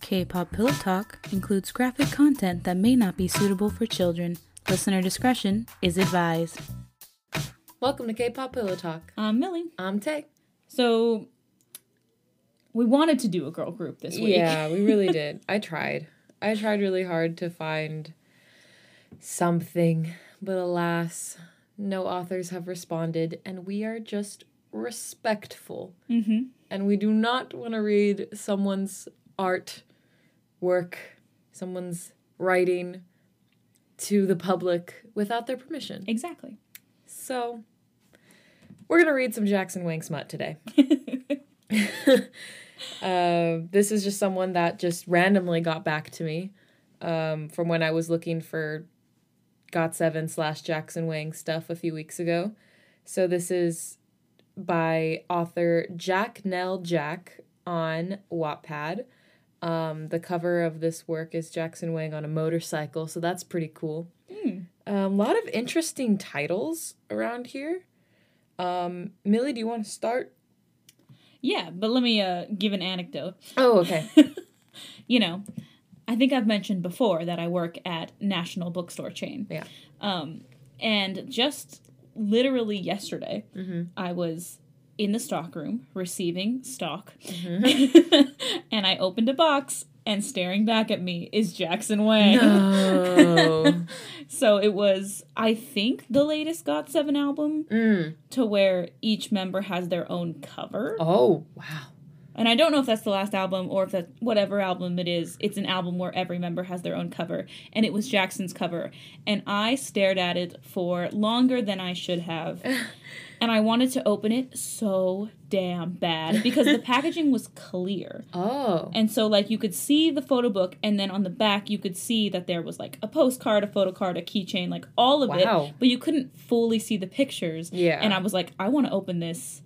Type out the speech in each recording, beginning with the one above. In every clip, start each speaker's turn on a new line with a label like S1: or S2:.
S1: K-Pop Pillow Talk includes graphic content that may not be suitable for children. Listener discretion is advised.
S2: Welcome to K-pop Pillow Talk.
S1: Um, Millie,
S2: I'm Tay.
S1: so we wanted to do a girl group this week.
S2: Yeah, we really did. I tried. I tried really hard to find something, but alas, no authors have responded, and we are just respectful.
S1: Mm-hmm.
S2: And we do not want to read someone's art, work, someone's writing to the public without their permission.
S1: Exactly.
S2: So, we're going to read some Jackson Wang smut today. uh, this is just someone that just randomly got back to me um, from when I was looking for Got7 slash Jackson Wang stuff a few weeks ago. So this is by author Jack Nell Jack on Wattpad. Um, the cover of this work is Jackson Wang on a motorcycle, so that's pretty cool. Um, A lot of interesting titles around here. Um, Millie, do you want to start?
S1: yeah, but let me uh, give an anecdote.
S2: Oh, okay.
S1: you know, I think I've mentioned before that I work at National Bookstore Chain.
S2: Yeah.
S1: Um, and just literally yesterday,
S2: Mm-hmm.
S1: I was in the stock room receiving stock, and I opened a box, and staring back at me is Jackson Wang.
S2: No.
S1: So it was, I think, the latest Got Seven album
S2: Mm.
S1: to where each member has their own cover.
S2: Oh, wow.
S1: And I don't know if that's the last album or if that's whatever album it is. It's an album where every member has their own cover. And it was Jackson's cover. And I stared at it for longer than I should have. and I wanted to open it so damn bad because the packaging was clear.
S2: Oh.
S1: And so, like, you could see the photo book, and then on the back, you could see that there was like a postcard, a photo card, a keychain, like all of
S2: Wow.
S1: it. But you couldn't fully see the pictures.
S2: Yeah.
S1: And I was like, I want to open this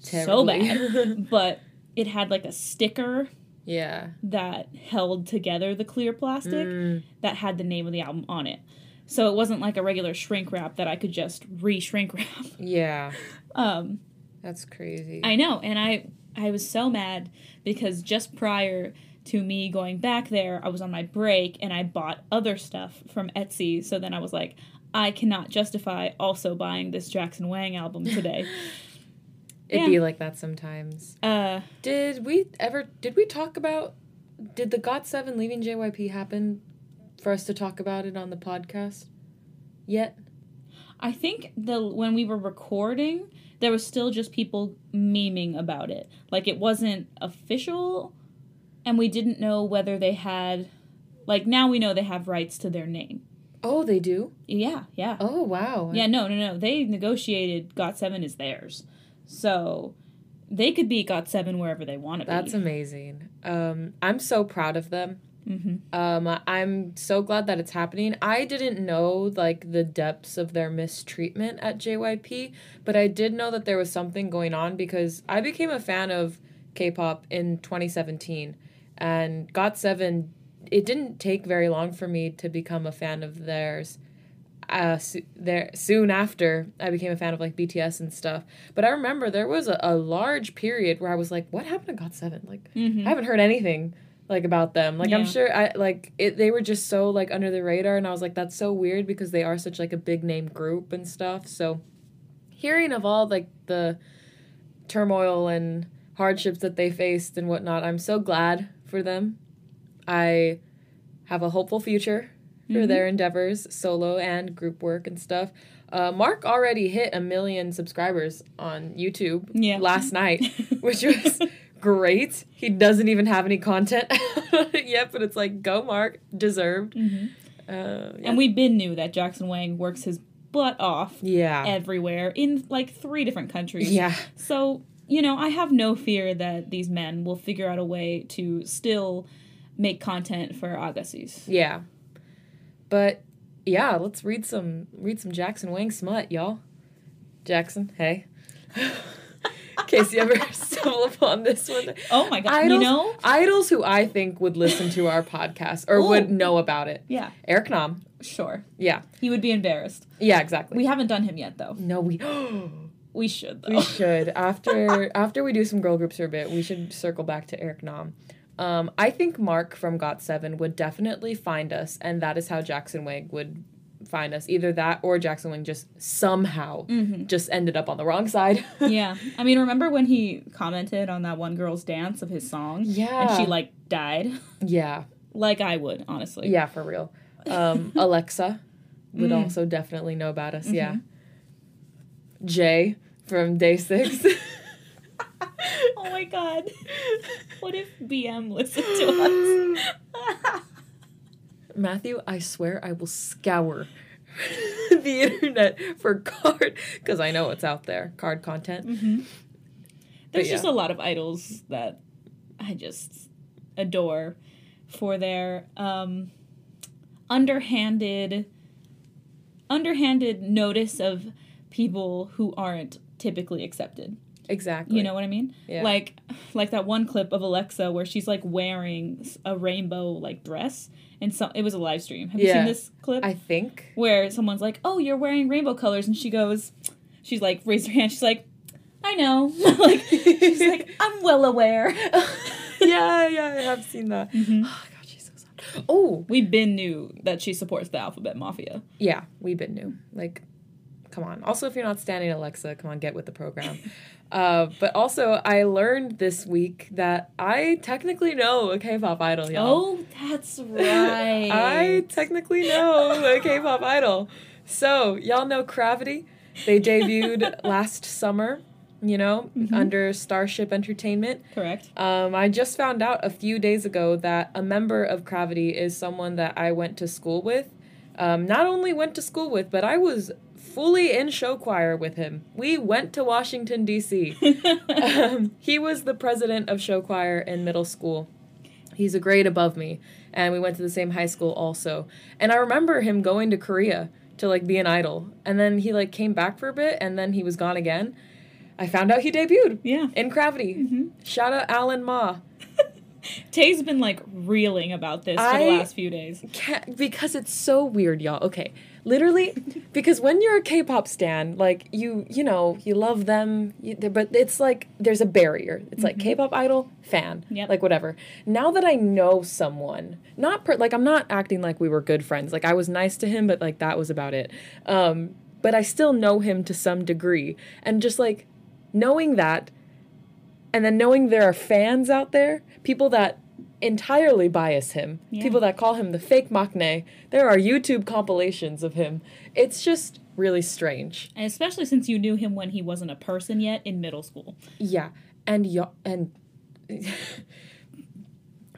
S1: so
S2: Terribly.
S1: bad. but it had like a sticker
S2: yeah.
S1: that held together the clear plastic
S2: Mm.
S1: that had the name of the album on it. So it wasn't like a regular shrink wrap that I could just re shrink wrap.
S2: Yeah.
S1: Um,
S2: That's crazy.
S1: I know, and I I was so mad because just prior to me going back there, I was on my break and I bought other stuff from Etsy. So then I was like, I cannot justify also buying this Jackson Wang album today.
S2: It'd
S1: yeah.
S2: be like that sometimes.
S1: uh,
S2: Did we ever did we talk about did the Got Seven leaving JYP happen for us to talk about it on the podcast? Yet?
S1: I think the when we were recording, there was still just people memeing about it. Like it wasn't official, and we didn't know whether they had. Like now we know they have rights to their name.
S2: Oh, they do?
S1: Yeah, yeah.
S2: Oh wow.
S1: Yeah, no, no, no. They negotiated Got Seven is theirs, so they could be Got Seven wherever they want to
S2: That's
S1: be.
S2: amazing. Um I'm so proud of them.
S1: hmm
S2: Um, I'm so glad that it's happening. I didn't know like the depths of their mistreatment at JYP, but I did know that there was something going on because I became a fan of K-pop in 2017, and GOT7. It didn't take very long for me to become a fan of theirs. Uh, so, there soon after I became a fan of like BTS and stuff, but I remember there was a, a large period where I was like, "What happened to GOT7? Like,
S1: Mm-hmm.
S2: I haven't heard anything like about them. Like
S1: Yeah.
S2: I'm sure I like it, they were just so like under the radar and I was like that's so weird because they are such like a big name group and stuff. So hearing of all like the turmoil and hardships that they faced and whatnot, I'm so glad for them. I have a hopeful future for
S1: Mm-hmm.
S2: their endeavors, solo and group work and stuff. Uh, Mark already hit a million subscribers on YouTube
S1: Yeah.
S2: last night, which was great. He doesn't even have any content yet, but it's like, go, Mark, deserved. Uh, yeah.
S1: Mm-hmm. And we been knew that Jackson Wang works his butt off
S2: yeah.
S1: everywhere in like three different countries.
S2: Yeah.
S1: So, you know, I have no fear that these men will figure out a way to still make content for Agassiz.
S2: Yeah. But yeah, let's read some read some Jackson Wang smut, y'all. Jackson, hey. In case you ever stumble upon this one.
S1: Oh my god, you know?
S2: idols who I think would listen to our podcast or would
S1: Ooh.
S2: know about it.
S1: Yeah,
S2: Eric Nam.
S1: sure.
S2: Yeah.
S1: He would be embarrassed.
S2: Yeah, exactly.
S1: We haven't done him yet though.
S2: no, we
S1: We should though.
S2: we should after after we do some girl groups for a bit. We should circle back to Eric Nam. Um, I think Mark from Got7 would definitely find us, and that is how Jackson Wig would find us. Either that or Jackson Wig just somehow
S1: Mhm.
S2: just ended up on the wrong side.
S1: yeah. I mean, remember when he commented on that one girl's dance of his song?
S2: Yeah.
S1: And she like died.
S2: yeah.
S1: Like I would, honestly.
S2: Yeah, for real. Um, Alexa would
S1: Mm.
S2: also definitely know about us. Yeah.
S1: Mm-hmm.
S2: Jay from day six.
S1: Oh my god. What if BM listened to us?
S2: Matthew, I swear I will scour the internet for card because I know it's out there. Card content.
S1: Mm-hmm. There's
S2: yeah.
S1: just a lot of idols that I just adore for their um, underhanded underhanded notice of people who aren't typically accepted.
S2: Exactly.
S1: You know what I mean?
S2: Yeah.
S1: Like like that one clip of Alexa where she's like wearing s- a rainbow like dress and so it was a live stream. Have you
S2: Yeah.
S1: seen this clip?
S2: I think.
S1: where someone's like, "Oh, you're wearing rainbow colors," and she goes, she's like, raised her hand. She's like, "I know." like she's like, "I'm well aware."
S2: yeah, yeah, I have seen that.
S1: Mhm.
S2: Oh god, she's so sad. Oh
S1: We been knew that she supports the Alphabet Mafia.
S2: yeah, we've been new. Like, come on. Also, if you're not standing Alexa, come on, get with the program. Uh, but also, I learned this week that I technically know a K-pop idol, y'all.
S1: Oh, that's right.
S2: I technically know a K-pop idol. So y'all know Gravity. They debuted last summer. You know, under Starship Entertainment.
S1: correct.
S2: Um, I just found out a few days ago that a member of Gravity is someone that I went to school with. Um, not only went to school with, but I was fully in show choir with him. We went to Washington, D.C. um, he was the president of show choir in middle school. He's a grade above me, and we went to the same high school also. And I remember him going to Korea to like be an idol, and then he like came back for a bit, and then he was gone again. I found out he debuted
S1: yeah,
S2: in Gravity. Shout out Alan Ma.
S1: Tay's been like reeling about this for
S2: I-
S1: the last few days.
S2: Can't, because it's so weird, y'all. Okay. Literally, because when you're a K-pop stan, like you, you know, you love them, you, they're- but it's like there's a barrier. It's like K-pop idol fan,
S1: Yep.
S2: like whatever. Now that I know someone, not per, like I'm not acting like we were good friends. Like I was nice to him, but like that was about it. Um, but I still know him to some degree, and just like knowing that, and then knowing there are fans out there, people that entirely bias him,
S1: Yeah.
S2: people that call him the fake Maknae. There are YouTube compilations of him. It's just really strange.
S1: And especially since you knew him when he wasn't a person yet in middle school.
S2: Yeah, and y- and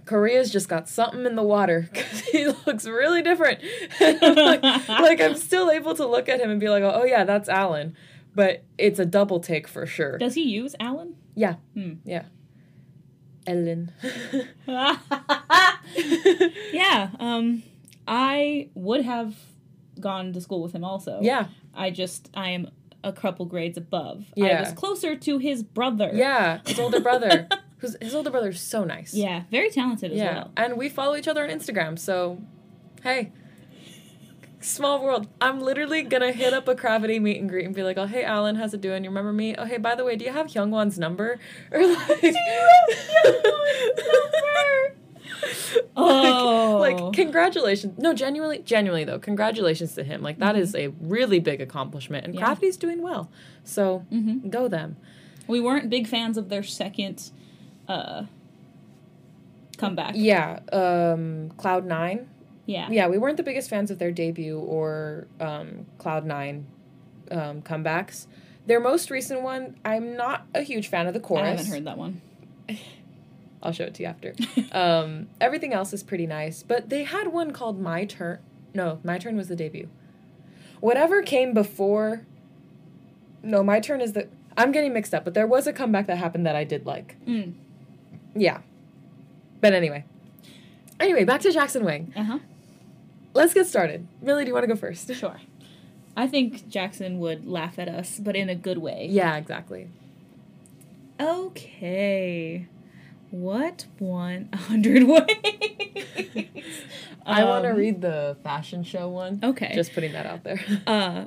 S2: Korea's just got something in the water because he looks really different. I'm like, like, I'm still able to look at him and be like, oh yeah, that's Alan, but it's a double take for sure.
S1: Does he use Alan?
S2: Yeah,
S1: Hmm.
S2: yeah, Ellen.
S1: Yeah, um, I would have gone to school with him also.
S2: yeah,
S1: I just I am a couple grades above. I
S2: Yeah.
S1: was closer to his brother.
S2: yeah, his older brother. Who's his older brother's so nice.
S1: Yeah, very talented as
S2: Yeah,
S1: well.
S2: and we follow each other on Instagram, so hey. Small world. I'm literally gonna hit up a Gravity meet and greet and be like, "Oh, hey, Alan, how's it doing? You remember me? Oh, hey, by the way, do you have Hyungwon's number?" Or like,
S1: Oh.
S2: like, like, congratulations. No, genuinely, genuinely though, congratulations to him. Like that is a really big accomplishment, and
S1: Yeah.
S2: Gravity's doing well. So
S1: Mhm.
S2: go them.
S1: We weren't big fans of their second uh comeback.
S2: Yeah. Um, Cloud Nine.
S1: Yeah.
S2: yeah, we weren't the biggest fans of their debut or um, Cloud Nine um, comebacks. Their most recent one, I'm not a huge fan of the
S1: I
S2: chorus.
S1: haven't heard that one.
S2: I'll show it to you after. um, everything else is pretty nice, but they had one called My Turn. No, My Turn was the debut. Whatever came before. No, My Turn is the. I'm getting mixed up, but there was a comeback that happened that I did like.
S1: Mm.
S2: Yeah. But anyway. Anyway, back to Jackson Wing.
S1: Uh-huh.
S2: Let's get started. Millie, do you want to go first?
S1: Sure. I think Jackson would laugh at us, but in a good way.
S2: Yeah, exactly.
S1: Okay. What one hundred ways?
S2: I want to
S1: Um,
S2: read the fashion show one.
S1: Okay.
S2: Just putting that out there.
S1: Uh,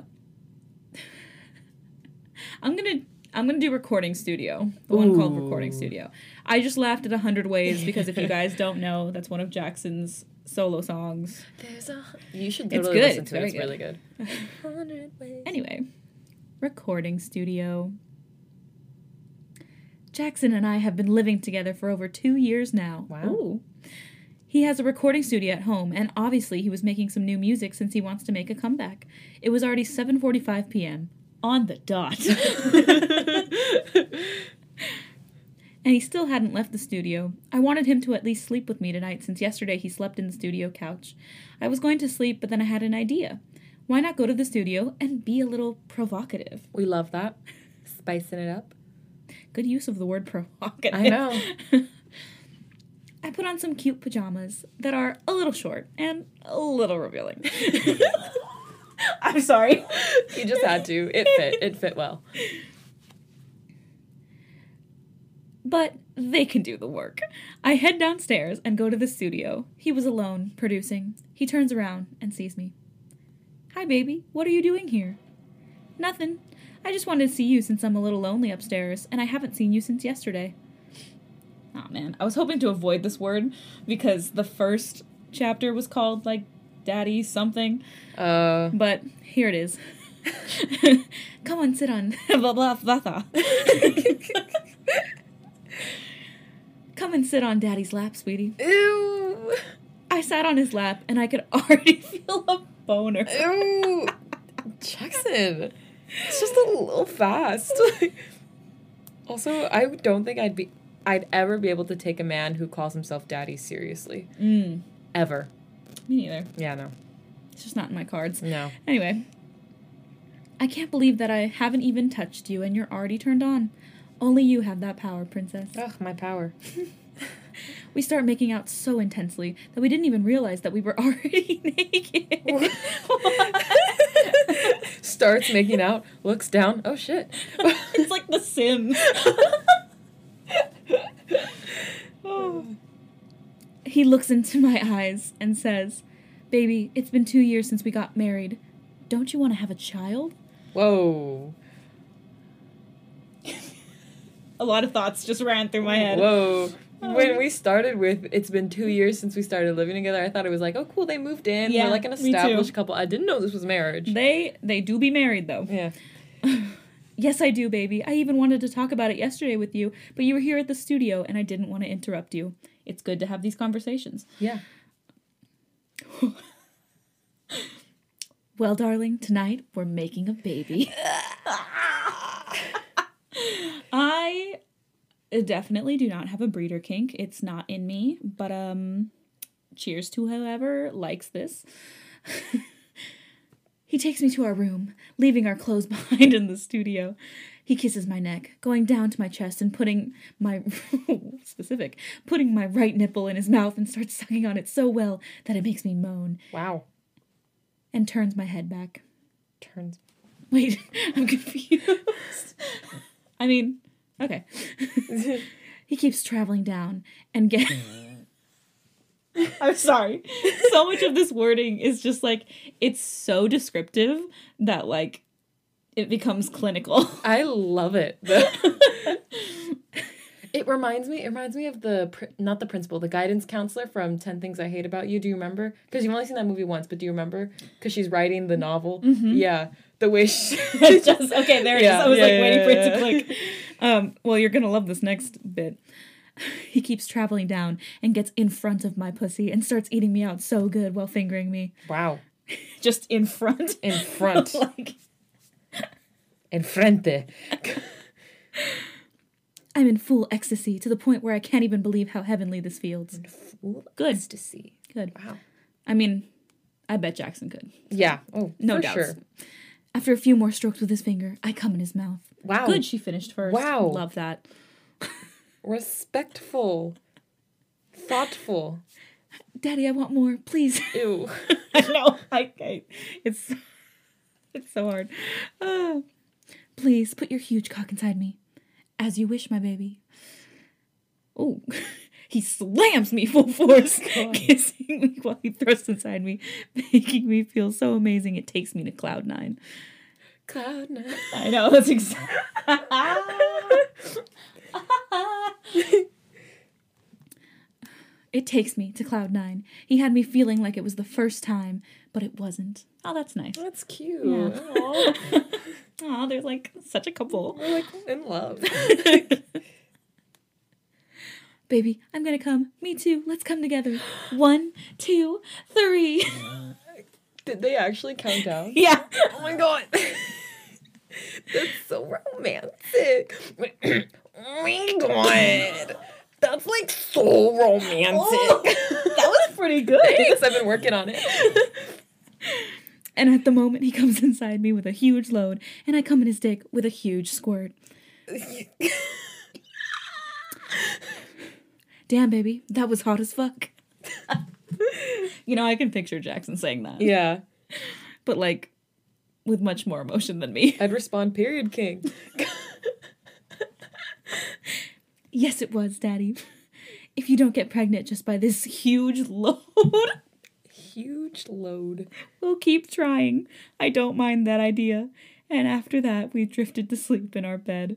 S1: I'm gonna I'm gonna do recording studio, the one called
S2: Ooh.
S1: recording studio. I just laughed at a hundred ways because if you guys don't know, that's one of Jackson's solo songs.
S2: There's a. You should
S1: It's
S2: totally
S1: good.
S2: listen
S1: It's
S2: to it.
S1: very
S2: It's
S1: good.
S2: really good. Hundred ways.
S1: Anyway, recording studio. Jackson and I have been living together for over two years now.
S2: Wow.
S1: Ooh. He has a recording studio at home, and obviously he was making some new music since he wants to make a comeback. It was already 7:45 p.m. on the dot, and he still hadn't left the studio. I wanted him to at least sleep with me tonight since yesterday he slept in the studio couch. I was going to sleep, but then I had an idea. Why not go to the studio and be a little provocative?
S2: we love that. Spicing it up.
S1: Good use of the word provocative.
S2: I know.
S1: I put on some cute pajamas that are a little short and a little revealing. I'm sorry.
S2: You just had to. It fit. It fit well.
S1: But they can do the work. I head downstairs and go to the studio. He was alone, producing. He turns around and sees me. Hi, baby. What are you doing here? Nothing. I just wanted to see you since I'm a little lonely upstairs, and I haven't seen you since yesterday. Aw, man. I was hoping to avoid this word because the first chapter was called, like, Daddy something,
S2: Uh,
S1: but here it is. Come on, sit on. blah, blah, blah, blah. Come and sit on Daddy's lap, sweetie.
S2: ew,
S1: I sat on his lap and I could already feel a boner.
S2: ew, Jackson. It's just a little fast. also, I don't think I'd be, I'd ever be able to take a man who calls himself daddy seriously.
S1: Mm,
S2: Ever.
S1: me neither.
S2: Yeah. No.
S1: It's just not in my cards.
S2: No.
S1: Anyway, I can't believe that I haven't even touched you and you're already turned on. Only you have that power, princess.
S2: Ugh, my power.
S1: We start making out so intensely that we didn't even realize that we were already naked.
S2: Starts making out, looks down. Oh shit.
S1: it's like The Sims. He looks into my eyes and says, Baby, it's been two years since we got married. Don't you want to have a child?
S2: Whoa.
S1: A lot of thoughts just ran through my Oh.
S2: Whoa. When we started with, it's been two years since we started living together. I thought it was like, oh, cool, they moved in.
S1: Yeah,
S2: They're like an
S1: me too.
S2: established couple. I didn't know this was marriage.
S1: They they do be married though.
S2: Yeah.
S1: Yes, I do, baby. I even wanted to talk about it yesterday with you, but you were here at the studio and I didn't want to interrupt you. It's good to have these conversations.
S2: Yeah.
S1: Well, darling, tonight we're making a baby. I definitely do not have a breeder kink. It's not in me, but um cheers to whoever likes this. he takes me to our room, leaving our clothes behind in the studio. He kisses my neck, going down to my chest and putting my specific, putting my right nipple in his mouth and starts sucking on it so well that it makes me moan
S2: Wow.
S1: and turns my head back.
S2: Turns.
S1: Wait, I'm confused. I mean, okay. he keeps traveling down and get. I'm sorry. So much of this wording is just like it's so descriptive that like it becomes clinical.
S2: I love it. it reminds me. It reminds me of the pr- not the principal, the guidance counselor from Ten Things I Hate About You. Do you remember? Because you've only seen that movie once, but do you remember? Because she's writing the novel. Yeah. The way she
S1: It's just okay. There it is.
S2: Yeah,
S1: I was
S2: yeah,
S1: like
S2: yeah,
S1: waiting for it to
S2: yeah.
S1: click. Um, well, you're gonna love this next bit. He keeps traveling down and gets in front of my pussy and starts eating me out so good while fingering me.
S2: Wow.
S1: Just in front.
S2: In front.
S1: like
S2: Enfrente.
S1: I'm in full ecstasy to the point where I can't even believe how heavenly this feels.
S2: Good. Ecstasy.
S1: Good.
S2: Wow.
S1: I mean, I bet Jackson could.
S2: Yeah. Oh,
S1: No
S2: for
S1: doubts.
S2: sure.
S1: After a few more strokes with his finger, I come in his mouth.
S2: Wow.
S1: Good, she finished first.
S2: Oh. Wow.
S1: Love that.
S2: Respectful. Thoughtful.
S1: Daddy, I want more, please.
S2: Ew.
S1: I know. I, I, it's it's so hard. Ah. please put your huge cock inside me, as you wish, my baby. Oh, he slams me full force, kissing me while he thrusts inside me, making me feel so amazing. It takes me to cloud nine.
S2: cloud nine.
S1: I know that's exactly. it takes me to cloud nine. He had me feeling like it was the first time, but it wasn't. Oh, that's nice.
S2: That's cute.
S1: Yeah.
S2: Aw.
S1: Aw, they're like such a couple.
S2: We're like in love.
S1: Baby, I'm gonna come. Me too. Let's come together. One, two, three.
S2: Did they actually count down?
S1: yeah.
S2: Oh my god. That's so romantic. oh my god. That's like so romantic.
S1: Oh, was pretty good.
S2: Thanks, I've been working on it.
S1: And at the moment, he comes inside me with a huge load, and I come in his dick with a huge squirt. Damn, baby, that was hot as fuck. you know, I can picture Jackson saying that,
S2: yeah.
S1: but like with much more emotion than me.
S2: I'd respond, period king.
S1: yes, it was, Daddy. If you don't get pregnant just by this huge load,
S2: Huge load.
S1: we'll keep trying. I don't mind that idea. And after that, we drifted to sleep in our bed.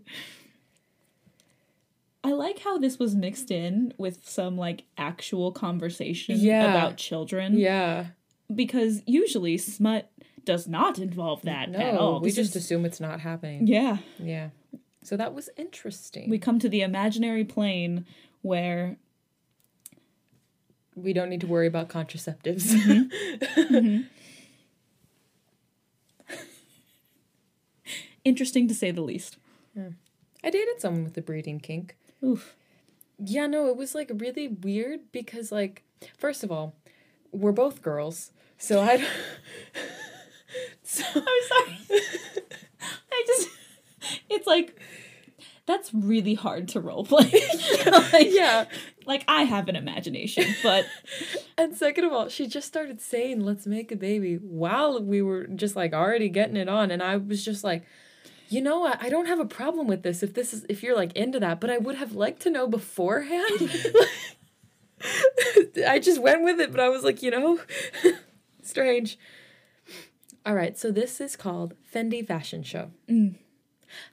S1: I like how this was mixed in with some like actual conversation
S2: Yeah.
S1: about children.
S2: Yeah.
S1: because usually smut does not involve that at all.
S2: No, we
S1: This
S2: just
S1: is-
S2: assume it's not happening.
S1: yeah.
S2: Yeah. So that was interesting.
S1: We
S2: We,
S1: come to the imaginary plane where
S2: we don't need to worry about contraceptives.
S1: interesting to say the least.
S2: I dated someone with a breeding kink.
S1: Oof.
S2: Yeah, no, it was like really weird because like first of all, we're both girls. So I don't so,
S1: I'm sorry. I just it's like that's really hard to roleplay. like,
S2: yeah.
S1: like I have an imagination, but
S2: And second of all, she just started saying, "Let's make a baby," while we were just like already getting it on, and I was just like, "You know what? I don't have a problem with this if this is if you're like into that, but I would have liked to know beforehand." I just went with it, but I was like, you know, strange. All right, so this is called Fendi Fashion Show.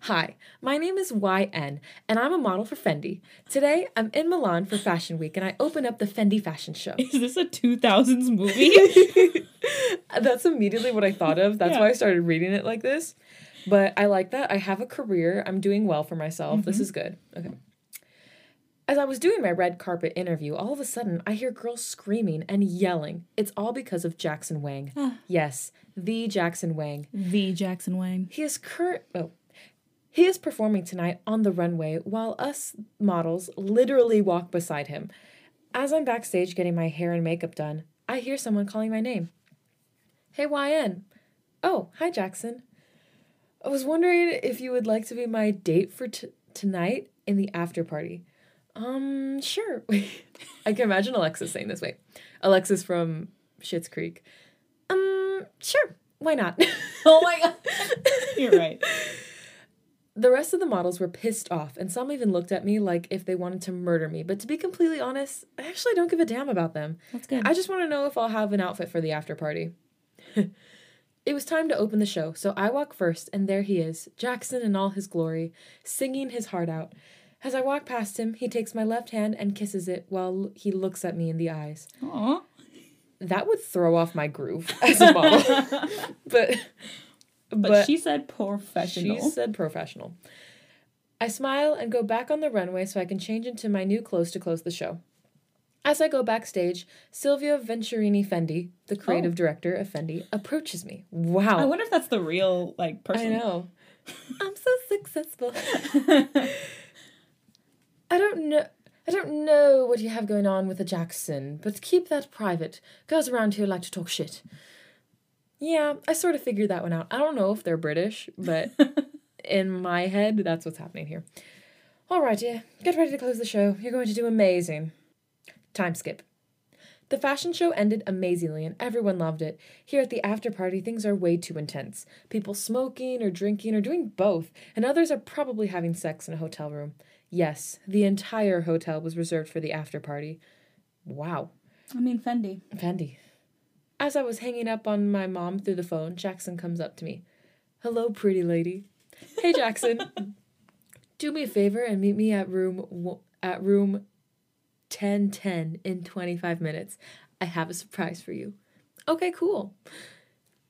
S2: Hi, my name is YN, and I'm a model for Fendi. Today, I'm in Milan for Fashion Week, and I open up the Fendi Fashion Show.
S1: is this a 2000s movie?
S2: That's immediately what I thought of. That's
S1: Yeah.
S2: why I started reading it like this. But I like that. I have a career. I'm doing well for myself. This is good. Okay. As I was doing my red carpet interview, all of a sudden I hear girls screaming and yelling. It's all because of Jackson Wang. Yes, the Jackson Wang.
S1: the Jackson Wang.
S2: He is current. Oh. He is performing tonight on the runway while us models literally walk beside him. As I'm backstage getting my hair and makeup done, I hear someone calling my name. Hey, YN. Oh, hi, Jackson. I was wondering if you would like to be my date for t- tonight in the after party. Um, sure. I can imagine Alexis saying this way. Alexis from Schitt's Creek. Um, sure. Why not?
S1: Oh my god. You're right.
S2: The rest of the models were pissed off, and some even looked at me like if they wanted to murder me. But to be completely honest, I actually don't give a damn about them.
S1: That's good.
S2: I just want to know if I'll have an outfit for the after party. it was time to open the show, so I walk first, and there he is, Jackson in all his glory, singing his heart out. As I walk past him, he takes my left hand and kisses it while he looks at me in the eyes
S1: Aw.
S2: that would throw off my groove as a model. but, but
S1: But, she said professional.
S2: she said professional. I smile and go back on the runway so I can change into my new clothes to close the show. As I go backstage, Silvia Venturini Fendi, the creative
S1: Oh.
S2: director of Fendi, approaches me. Wow.
S1: I wonder if that's the real like person.
S2: I know. I'm so successful. I don't know. I don't know what you have going on with the Jackson, but keep that private. Girls around here like to talk shit. Yeah, I sort of figured that one out. I don't know if they're British, but in my head, that's what's happening here. All right, dear, get ready to close the show. You're going to do amazing. Time skip. The fashion show ended amazingly and everyone loved it. Here at the after party, things are way too intense. People smoking or drinking or doing both, and others are probably having sex in a hotel room. Yes, the entire hotel was reserved for the after party. Wow.
S1: I mean Fendi.
S2: Fendi. As I was hanging up on my mom through the phone, Jackson comes up to me. Hello, pretty lady. Hey, Jackson. Do me a favor and meet me at room wo- at room 1010 in 25 minutes. I have a surprise for you. Okay, cool.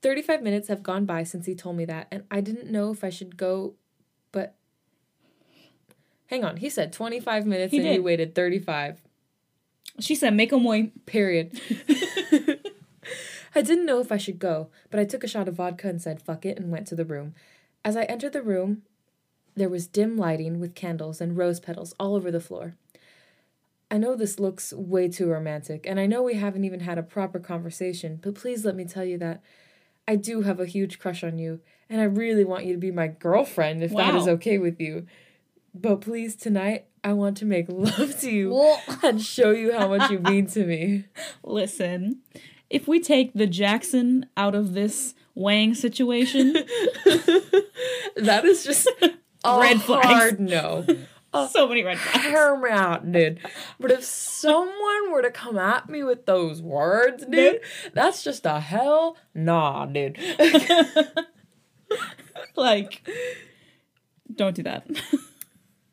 S2: 35 minutes have gone by since he told me that, and I didn't know if I should go, but hang on. He said 25 minutes
S1: He
S2: and you
S1: did.
S2: waited 35.
S1: She said, make him wait.
S2: Period. I didn't know if I should go, but I took a shot of vodka and said fuck it and went to the room. As I entered the room, there was dim lighting with candles and rose petals all over the floor. I know this looks way too romantic, and I know we haven't even had a proper conversation, but please let me tell you that I do have a huge crush on you, and I really want you to be my girlfriend if that
S1: Wow.
S2: is okay with you. But please, tonight, I want to make love to you
S1: Well-
S2: and show you how much you mean to me.
S1: Listen, if we take the Jackson out of this Wang situation,
S2: That is just a
S1: Red flags.
S2: hard no.
S1: so many red flags.
S2: Paramount, dude. But if someone were to come at me with those words, dude, that's just a hell nah, dude.
S1: Like, don't do that.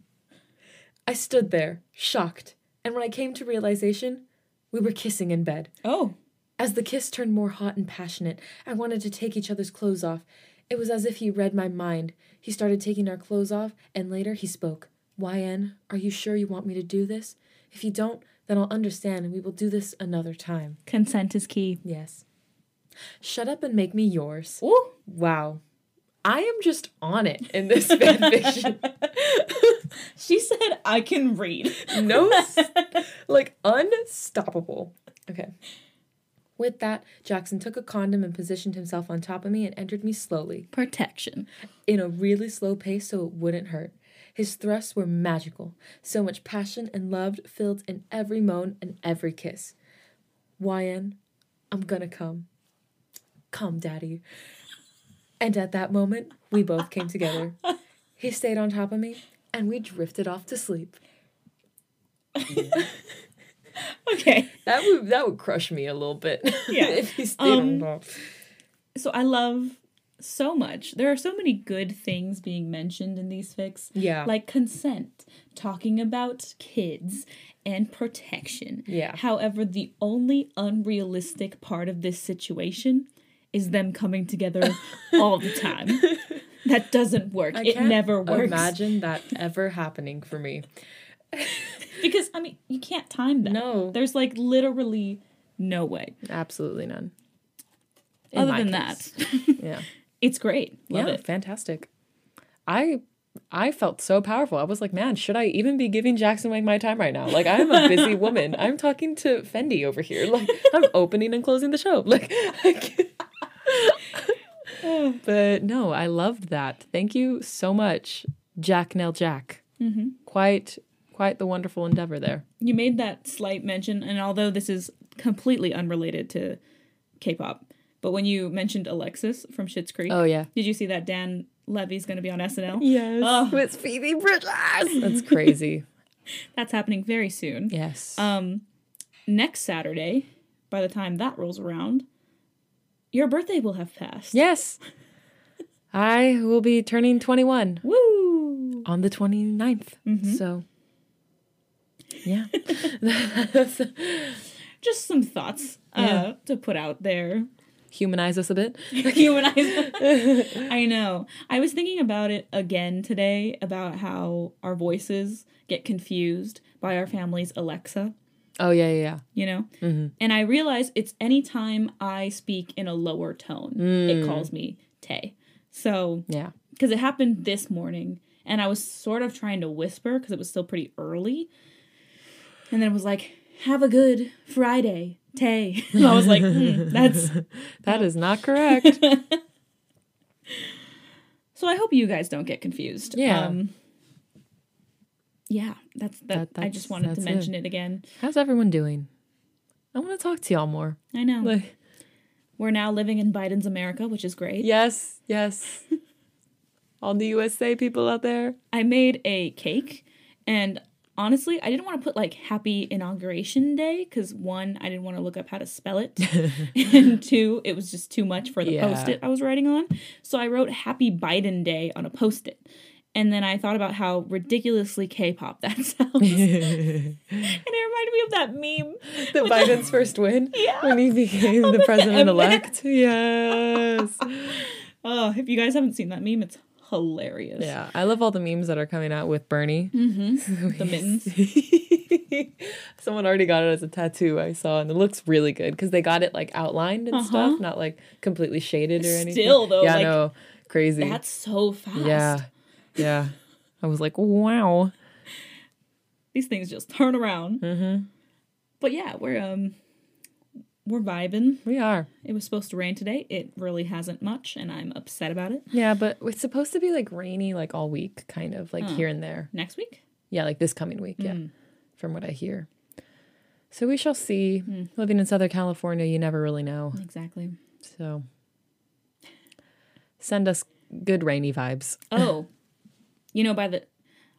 S2: I stood there, shocked, and when I came to realization, we were kissing in bed.
S1: oh,
S2: As the kiss turned more hot and passionate, I wanted to take each other's clothes off. It was as if he read my mind. He started taking our clothes off, and later he spoke. YN, are you sure you want me to do this? If you don't, then I'll understand and we will do this another time.
S1: consent is key.
S2: Yes. Shut up and make me yours.
S1: Ooh.
S2: Wow. I am just on it in this fanfiction.
S1: She said, I can read.
S2: no, s- like unstoppable. Okay. With that, Jackson took a condom and positioned himself on top of me and entered me slowly,
S1: Protection.
S2: in a really slow pace so it wouldn't hurt. His thrusts were magical, so much passion and love filled in every moan and every kiss. YN, I'm gonna come. Come, Daddy. And at that moment, we both came together. He stayed on top of me, and we drifted off to sleep.
S1: Okay.
S2: That would that would crush me a little bit.
S1: Yeah.
S2: if he stayed on
S1: Um,
S2: top.
S1: So I love so much. There are so many good things being mentioned in these fics.
S2: Yeah.
S1: Like consent, talking about kids, and protection.
S2: Yeah.
S1: However, the only unrealistic part of this situation is them coming together all the time. That doesn't work.
S2: I
S1: it
S2: can't
S1: never works.
S2: Imagine that ever happening for me.
S1: Because I mean, you can't time that.
S2: No.
S1: There's like literally no way.
S2: Absolutely none. In
S1: Other
S2: my
S1: than
S2: case.
S1: that,
S2: Yeah.
S1: it's great. Love
S2: yeah,
S1: it.
S2: fantastic. I I felt so powerful. I was like, man, should I even be giving Jackson Wang my time right now? Like I'm a busy woman. I'm talking to Fendi over here. Like I'm opening and closing the show. Like I can't- But no, I loved that. Thank you so much, Jack Nell Jack. Mm-hmm. Quite quite the wonderful endeavor there.
S1: you made that slight mention, and although this is completely unrelated to K-pop, but when you mentioned Alexis from Schitt's Creek,
S2: Oh yeah.
S1: did you see that Dan Levy's going to be on SNL?
S2: Yes.
S1: Oh.
S2: With Phoebe Bridges. That's crazy.
S1: That's happening very soon.
S2: yes.
S1: Um, next Saturday, by the time that rolls around, your birthday will have passed.
S2: yes. I will be turning 21.
S1: Woo!
S2: on the 29th. So, yeah.
S1: Just some thoughts uh, to put out there.
S2: Humanize us a bit.
S1: humanize. I know. I was thinking about it again today about how our voices get confused by our family's Alexa,
S2: Oh, yeah, yeah, yeah.
S1: you know? And I realize it's any time I speak in a lower tone, it calls me Tay. So,
S2: Yeah.
S1: because it happened this morning and I was sort of trying to whisper because it was still pretty early. And then it was like, have a good Friday, Tay. I was like, "Hmm, that's
S2: That is not correct.
S1: So I hope you guys don't get confused. Um,
S2: Yeah.
S1: yeah, that's that.
S2: That-
S1: I just
S2: that's-
S1: wanted to
S2: that's
S1: mention it. again.
S2: How's everyone doing? I want to talk to y'all more.
S1: I know
S2: Like,
S1: we're now living in Biden's America, which is great.
S2: yes, yes. All the USA people out there.
S1: I made a cake, and honestly, I didn't want to put like happy inauguration day because one, I didn't want to look up how to spell it. and two, it was just too much for the
S2: Yeah.
S1: post it I was writing on. So I wrote happy Biden day on a post it. And then I thought about how ridiculously K pop that sounds. and it
S2: the
S1: reminded me of that meme. with
S2: Biden's first win
S1: Yeah.
S2: when he became
S1: Of
S2: the
S1: the
S2: president
S1: elect.
S2: elect. Yes.
S1: Oh, if you guys haven't seen that meme, it's hilarious.
S2: yeah. I love all the memes that are coming out with Bernie.
S1: hmm The mittens.
S2: Someone already got it as a tattoo I saw, and it looks really good because they got it like outlined and
S1: Uh-huh.
S2: stuff, not like completely shaded or anything.
S1: Still, though,
S2: yeah,
S1: like,
S2: no, crazy.
S1: That's so fast.
S2: yeah, yeah. I was like, wow.
S1: These things just turn around.
S2: hmm
S1: But yeah, we're um we're vibing.
S2: We are.
S1: It was supposed to rain today. It really hasn't much, and I'm upset about it.
S2: Yeah, but it's supposed to be like rainy, like all week, kind of like here and there.
S1: Next week?
S2: Yeah, like this coming week. Yeah,
S1: Hmm.
S2: from what I hear. So we shall see.
S1: Hmm.
S2: Living in Southern California, you never really know.
S1: Exactly.
S2: So send us good rainy vibes.
S1: Oh, you know, by the,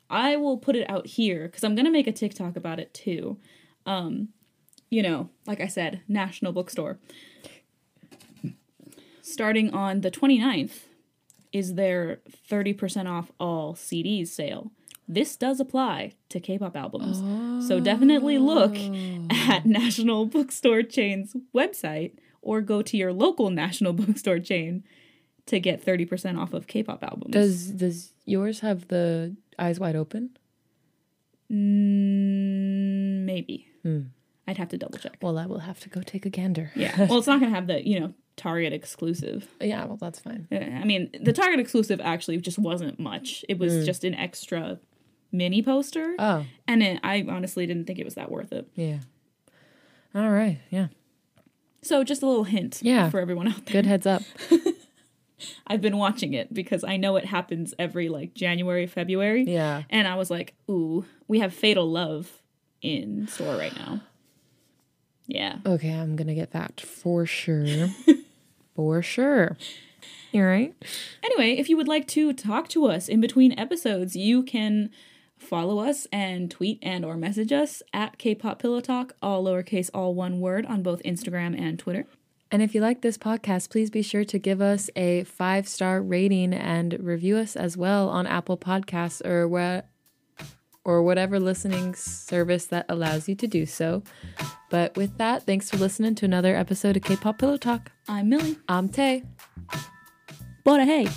S1: I will put it out here because I'm gonna make a TikTok about it too. Um, you know, like I said, National Bookstore. Starting on the 29th is their 30% off all CDs sale. This does apply to K-pop albums. So definitely look at National Bookstore Chain's website or go to your local National Bookstore chain to get 30% off of K-pop albums.
S2: Does does yours have the eyes wide open?
S1: Mm, maybe.
S2: Hmm.
S1: I'd have to double check.
S2: Well, I will have to go take a gander.
S1: Yeah. well, it's not going to have the, you know, Target exclusive.
S2: Yeah, well that's fine.
S1: Uh, I mean, the Target exclusive actually just wasn't much. It was just an extra mini poster.
S2: Hmm. Oh,
S1: and it, I honestly didn't think it was that worth it.
S2: yeah. All right, yeah.
S1: So, just a little hint
S2: Yeah.
S1: for everyone out there.
S2: Good heads up.
S1: I've been watching it because I know it happens every like January, February.
S2: Yeah.
S1: And I was like, ooh, we have Fatal Love in store right now. Yeah.
S2: Okay, I'm gonna get that for sure. for sure. You right?
S1: Anyway, if you would like to talk to us in between episodes, you can follow us and tweet and or message us at Kpop Pillow Talk, all lowercase, all one word on both Instagram and Twitter.
S2: And if you like this podcast, please be sure to give us a five star rating and review us as well on Apple Podcasts or where or whatever listening service that allows you to do so. But with that, thanks for listening to another episode of K-pop Pillow Talk.
S1: I'm Millie.
S2: I'm Tay.
S1: Bora hey.